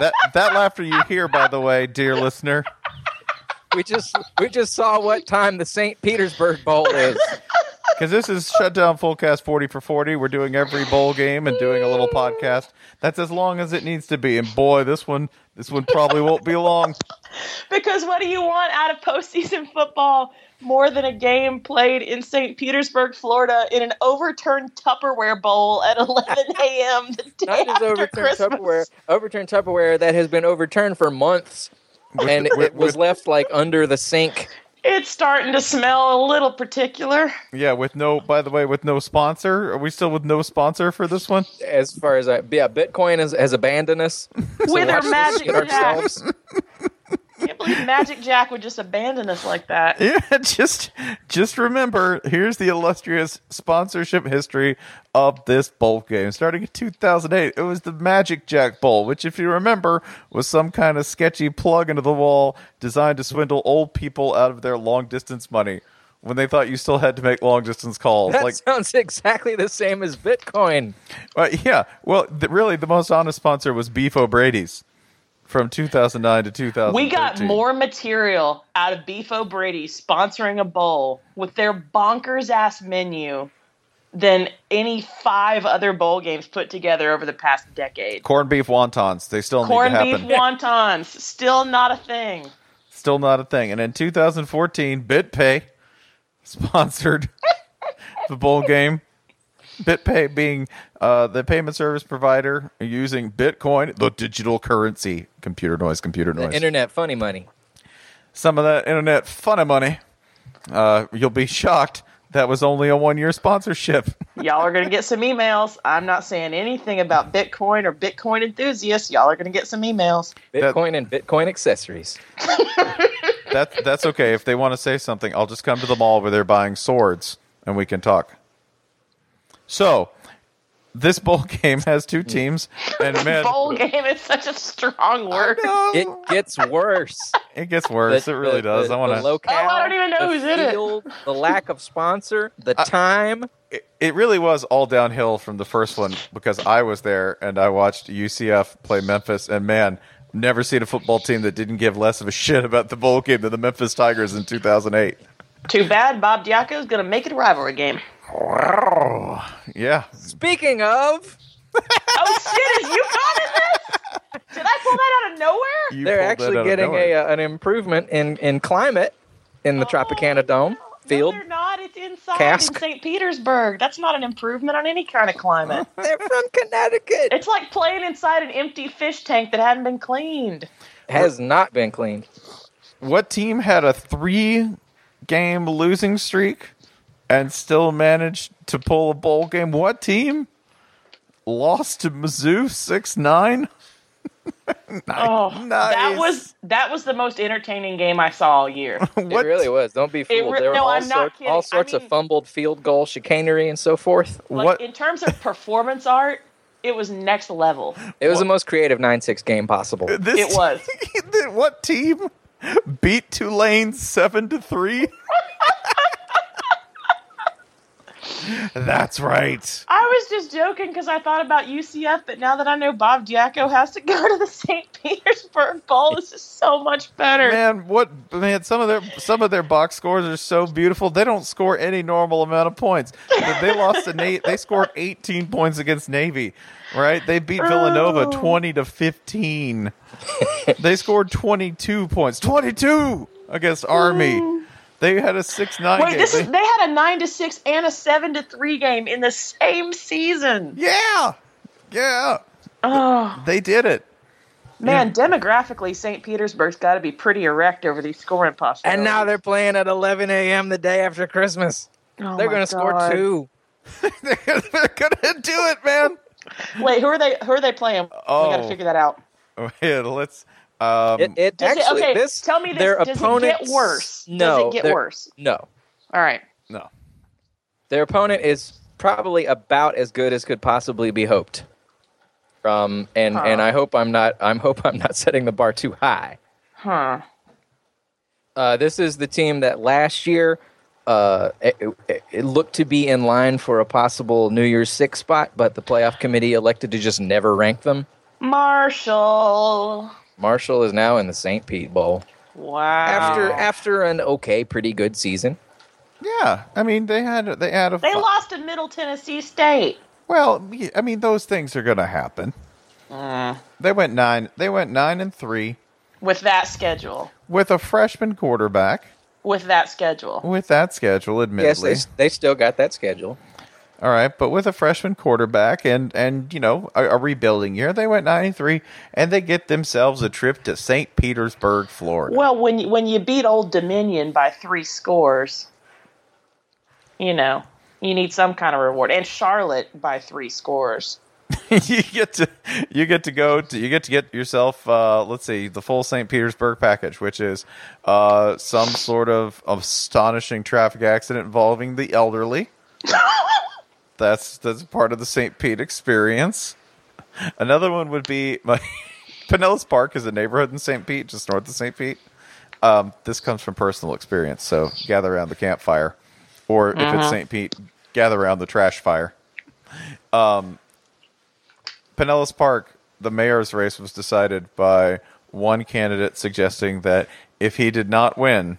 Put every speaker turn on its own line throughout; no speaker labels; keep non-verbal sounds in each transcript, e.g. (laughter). That that laughter you hear, by the way, dear listener.
We just we just saw what time the St. Petersburg Bowl
(laughs)
is.
Because this is Shutdown Fullcast 40 for 40. We're doing every bowl game and doing a little podcast. That's as long as it needs to be. And boy, this one this one probably won't be long.
Because what do you want out of postseason football more than a game played in St. Petersburg, Florida, in an overturned Tupperware bowl at (laughs) 11 a.m. the day
Not just
after
overturned
Christmas?
Tupperware, overturned Tupperware that has been overturned for months, and
with-
it was left like under the sink.
It's starting to smell a little particular.
Yeah, with no by the way, with no sponsor. Are we still with no sponsor for this one?
As far as I, yeah, Bitcoin has, has
(laughs)
abandoned us. So
With our
watch us
magic
get ourselves.
Can't believe Magic Jack would just abandon us like
(laughs)
that.
Yeah, just just remember, here's the illustrious sponsorship history of this bowl game. Starting in 2008, it was the Magic Jack Bowl, which, if you remember, was some kind of sketchy plug into the wall designed to swindle old people out of their long distance money when they thought you still had to make long distance calls.
That
like,
sounds exactly the same as Bitcoin.
uh, yeah, well, th- really, the most honest sponsor was Beef O'Brady's from 2009 to 2000.
We got more material out of Beef O'Brady sponsoring a bowl with their bonkers ass menu than any five other bowl games put together over the past decade.
corned beef wontons. They still
Corned
need to
beef
happen.
wontons, still not a thing.
Still not a thing. And in 2014, BitPay (laughs) sponsored (laughs) the bowl game. BitPay being uh, the payment service provider using Bitcoin, the digital currency. Computer noise, computer noise.
Internet funny money.
Some of that internet fun of money. Uh, you'll be shocked. That was only a one year sponsorship.
Y'all are going to get some emails. I'm not saying anything about Bitcoin or Bitcoin enthusiasts. Y'all are going to get some emails.
That-
Bitcoin and Bitcoin accessories.
That's that's okay. If they want to say something, I'll just come to the mall where they're buying swords and we can talk. So, this bowl (laughs) game has two teams,
(laughs)
and man,
Bowl game is such a strong word.
It
Oh.
gets
(laughs)
worse.
it gets worse.
The-
it really
the-
does.
the-
I want
the
to.
locale,
Oh, I don't even know
the
who's in it.
field, The lack of sponsor,
(laughs)
the time.
It, it really was all downhill from the first one because I was there and I watched UCF play Memphis, and man. Never seen a football team that didn't give less of a (laughs) shit about the bowl game than the Memphis Tigers in 2008.
Too bad Bob Diaco is going to make it a rivalry game.
Yeah,
Speaking of,
Oh shit! Is you promised this? Did I pull that out of nowhere?
You pulled
they're
that out
actually
of
getting
nowhere.
a, uh, an improvement in, in climate in the Tropicana Dome field.
No, they're not. It's inside
Cask.
in St. Petersburg. That's not an improvement on any kind of climate.
They're
(laughs)
from Connecticut.
it's like playing inside an empty fish tank that hadn't been cleaned.
Has not been cleaned.
what team had a three game losing streak and still managed to pull a bowl game? What team lost to Mizzou 6 9?
(laughs)
(laughs)
Oh,
nice.
that was that was the most entertaining game I saw
(laughs)
all year.
What?
It really was. Don't be fooled.
re-
there were
no,
all,
I'm not
sort-
kidding.
all
I
sorts
mean-
of fumbled field goal chicanery and so forth.
Like
What-
in terms of performance art, it was next level.
It was the most creative 9 6 game possible.
This
It was.
(laughs) what team beat Tulane 7 to 3? (laughs) That's right.
I was just joking because I thought about UCF, but now that I know Bob Diaco has to (laughs) go to the St. Petersburg Bowl, this is so much better.
Man, what man? Some of their some of their box scores are so beautiful. They don't score any normal amount of points. But they lost to Nate. They scored 18 points against Navy. Right? They beat Villanova
Oh.
20 to 15. they scored 22 points. 22 against Army. They had a six nine.
Wait, this is they had a nine to six and a seven to three game in the same season.
yeah, yeah.
Oh
They did it. (laughs)
man, demographically, St. Petersburg's got to be pretty erect over these scoring possibilities.
And now they're playing at 11 a.m. the day after Christmas.
Oh
they're
my
going to score
God.
two.
They're gonna do it, man.
Wait, who are they? Who are they playing?
Oh.
we got to figure that out.
Oh, yeah, let's. Um,
It, it
Does it-
actually
okay,
this
tell me this,
their
does it get
opponent
worse? Does
No,
it get
their-
worse?
No,
All right.
no.
their opponent is probably about as good as could possibly be hoped. Um, and and I hope I'm not. I'm hope I'm not (laughs) setting the bar too high.
Huh.
Uh, this is the team that last year uh, it, it- it looked to be in line for a possible New Year's Six spot, but the playoff committee elected to just never rank them.
Marshall.
Marshall is now in the St. Pete Bowl
Wow.
after after an okay, pretty good season.
Yeah, I mean they had they had a
they lost to Middle Tennessee State.
well. I mean those things are going to happen.
Mm.
They went nine. They went nine and three
with that schedule.
with a freshman quarterback
With that schedule.
with that schedule.
Yes,
Admittedly,
they, they still got that schedule.
all right, but with a freshman quarterback and and you know a, a rebuilding year, they went nine and three, and they get themselves a trip to Saint Petersburg, Florida.
Well, when you, when you beat Old Dominion by three scores, you know you need some kind of reward. And Charlotte by three scores.
(laughs) you get to you get to go to you get to get yourself uh, let's see the full St. Petersburg package, which is uh, some sort of astonishing traffic accident involving the elderly. that's that's part of the St. Pete experience. Another one would be my (laughs) Pinellas Park is a neighborhood in St. Pete, just north of St. Pete. Um, this comes from personal experience, so gather around the campfire, or if it's St. Pete, gather around the trash fire. Pinellas Park, the mayor's race was decided by one candidate suggesting that if he did not win,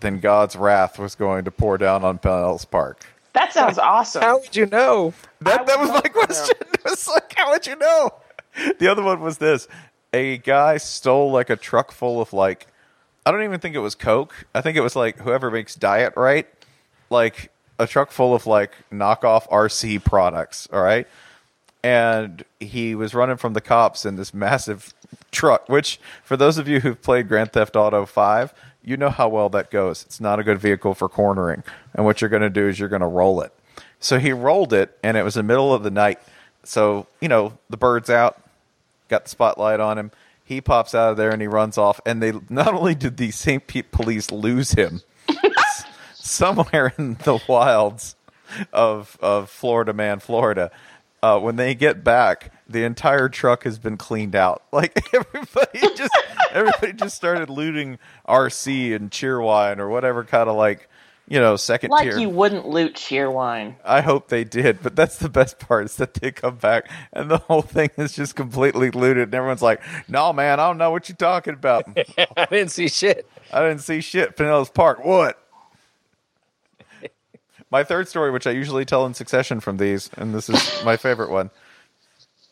then God's wrath was going to pour down on Pinellas Park.
That sounds awesome.
How would you know?
That, that was my question. (laughs) It was like, how would you know? The other one was this a guy stole like a truck full of like, I don't even think it was Coke. I think it was like whoever makes Diet Right, like a truck full of like knockoff RC products. All right. And he was running from the cops in this massive truck, which for those of you who've played Grand Theft Auto 5, you know how well that goes. It's not a good vehicle for cornering. And what you're going to do is you're going to roll it. So he rolled it, and it was the middle of the night. So, you know, the bird's out, got the spotlight on him. He pops out of there and he runs off. And they not only did the St. Pete police lose
(laughs)
him s- somewhere in the wilds of of Florida Man, Florida, uh, when they get back, the entire truck has been cleaned out. (laughs) Like everybody just everybody just started looting RC and Cheerwine or whatever kind of like you know second
like
tier.
you wouldn't loot Cheerwine.
I hope they did, but that's the best part is that they come back and the whole thing is just completely looted, and everyone's like, "No, man, I don't know what you're talking about.
(laughs) I didn't see shit.
I didn't see shit." Pinellas Park, what? My third story, which I usually tell in succession from these, and this is my favorite one,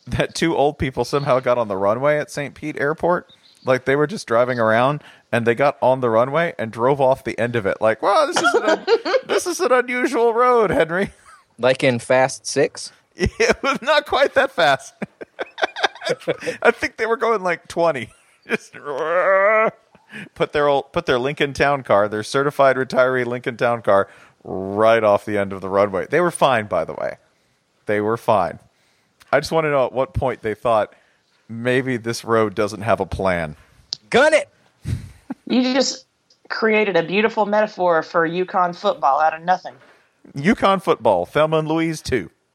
that two old people somehow got on the runway at St. Pete Airport. Like they were just driving around and they got on the runway and drove off the end of it. Like, wow, this is an un- (laughs) this is an unusual road, Henry.
Like in Fast Six.
(laughs) It was not quite that fast. (laughs) I think they were going like twenty. (laughs) Just put their old, put their Lincoln Town car, their certified retiree Lincoln Town car, right off the end of the runway. They were fine, by the way. They were fine. I just want to know at what point they thought maybe this road doesn't have a plan.
Gun it.
You just created a beautiful metaphor for Yukon football out of nothing.
Yukon football, Thelma and Louise too.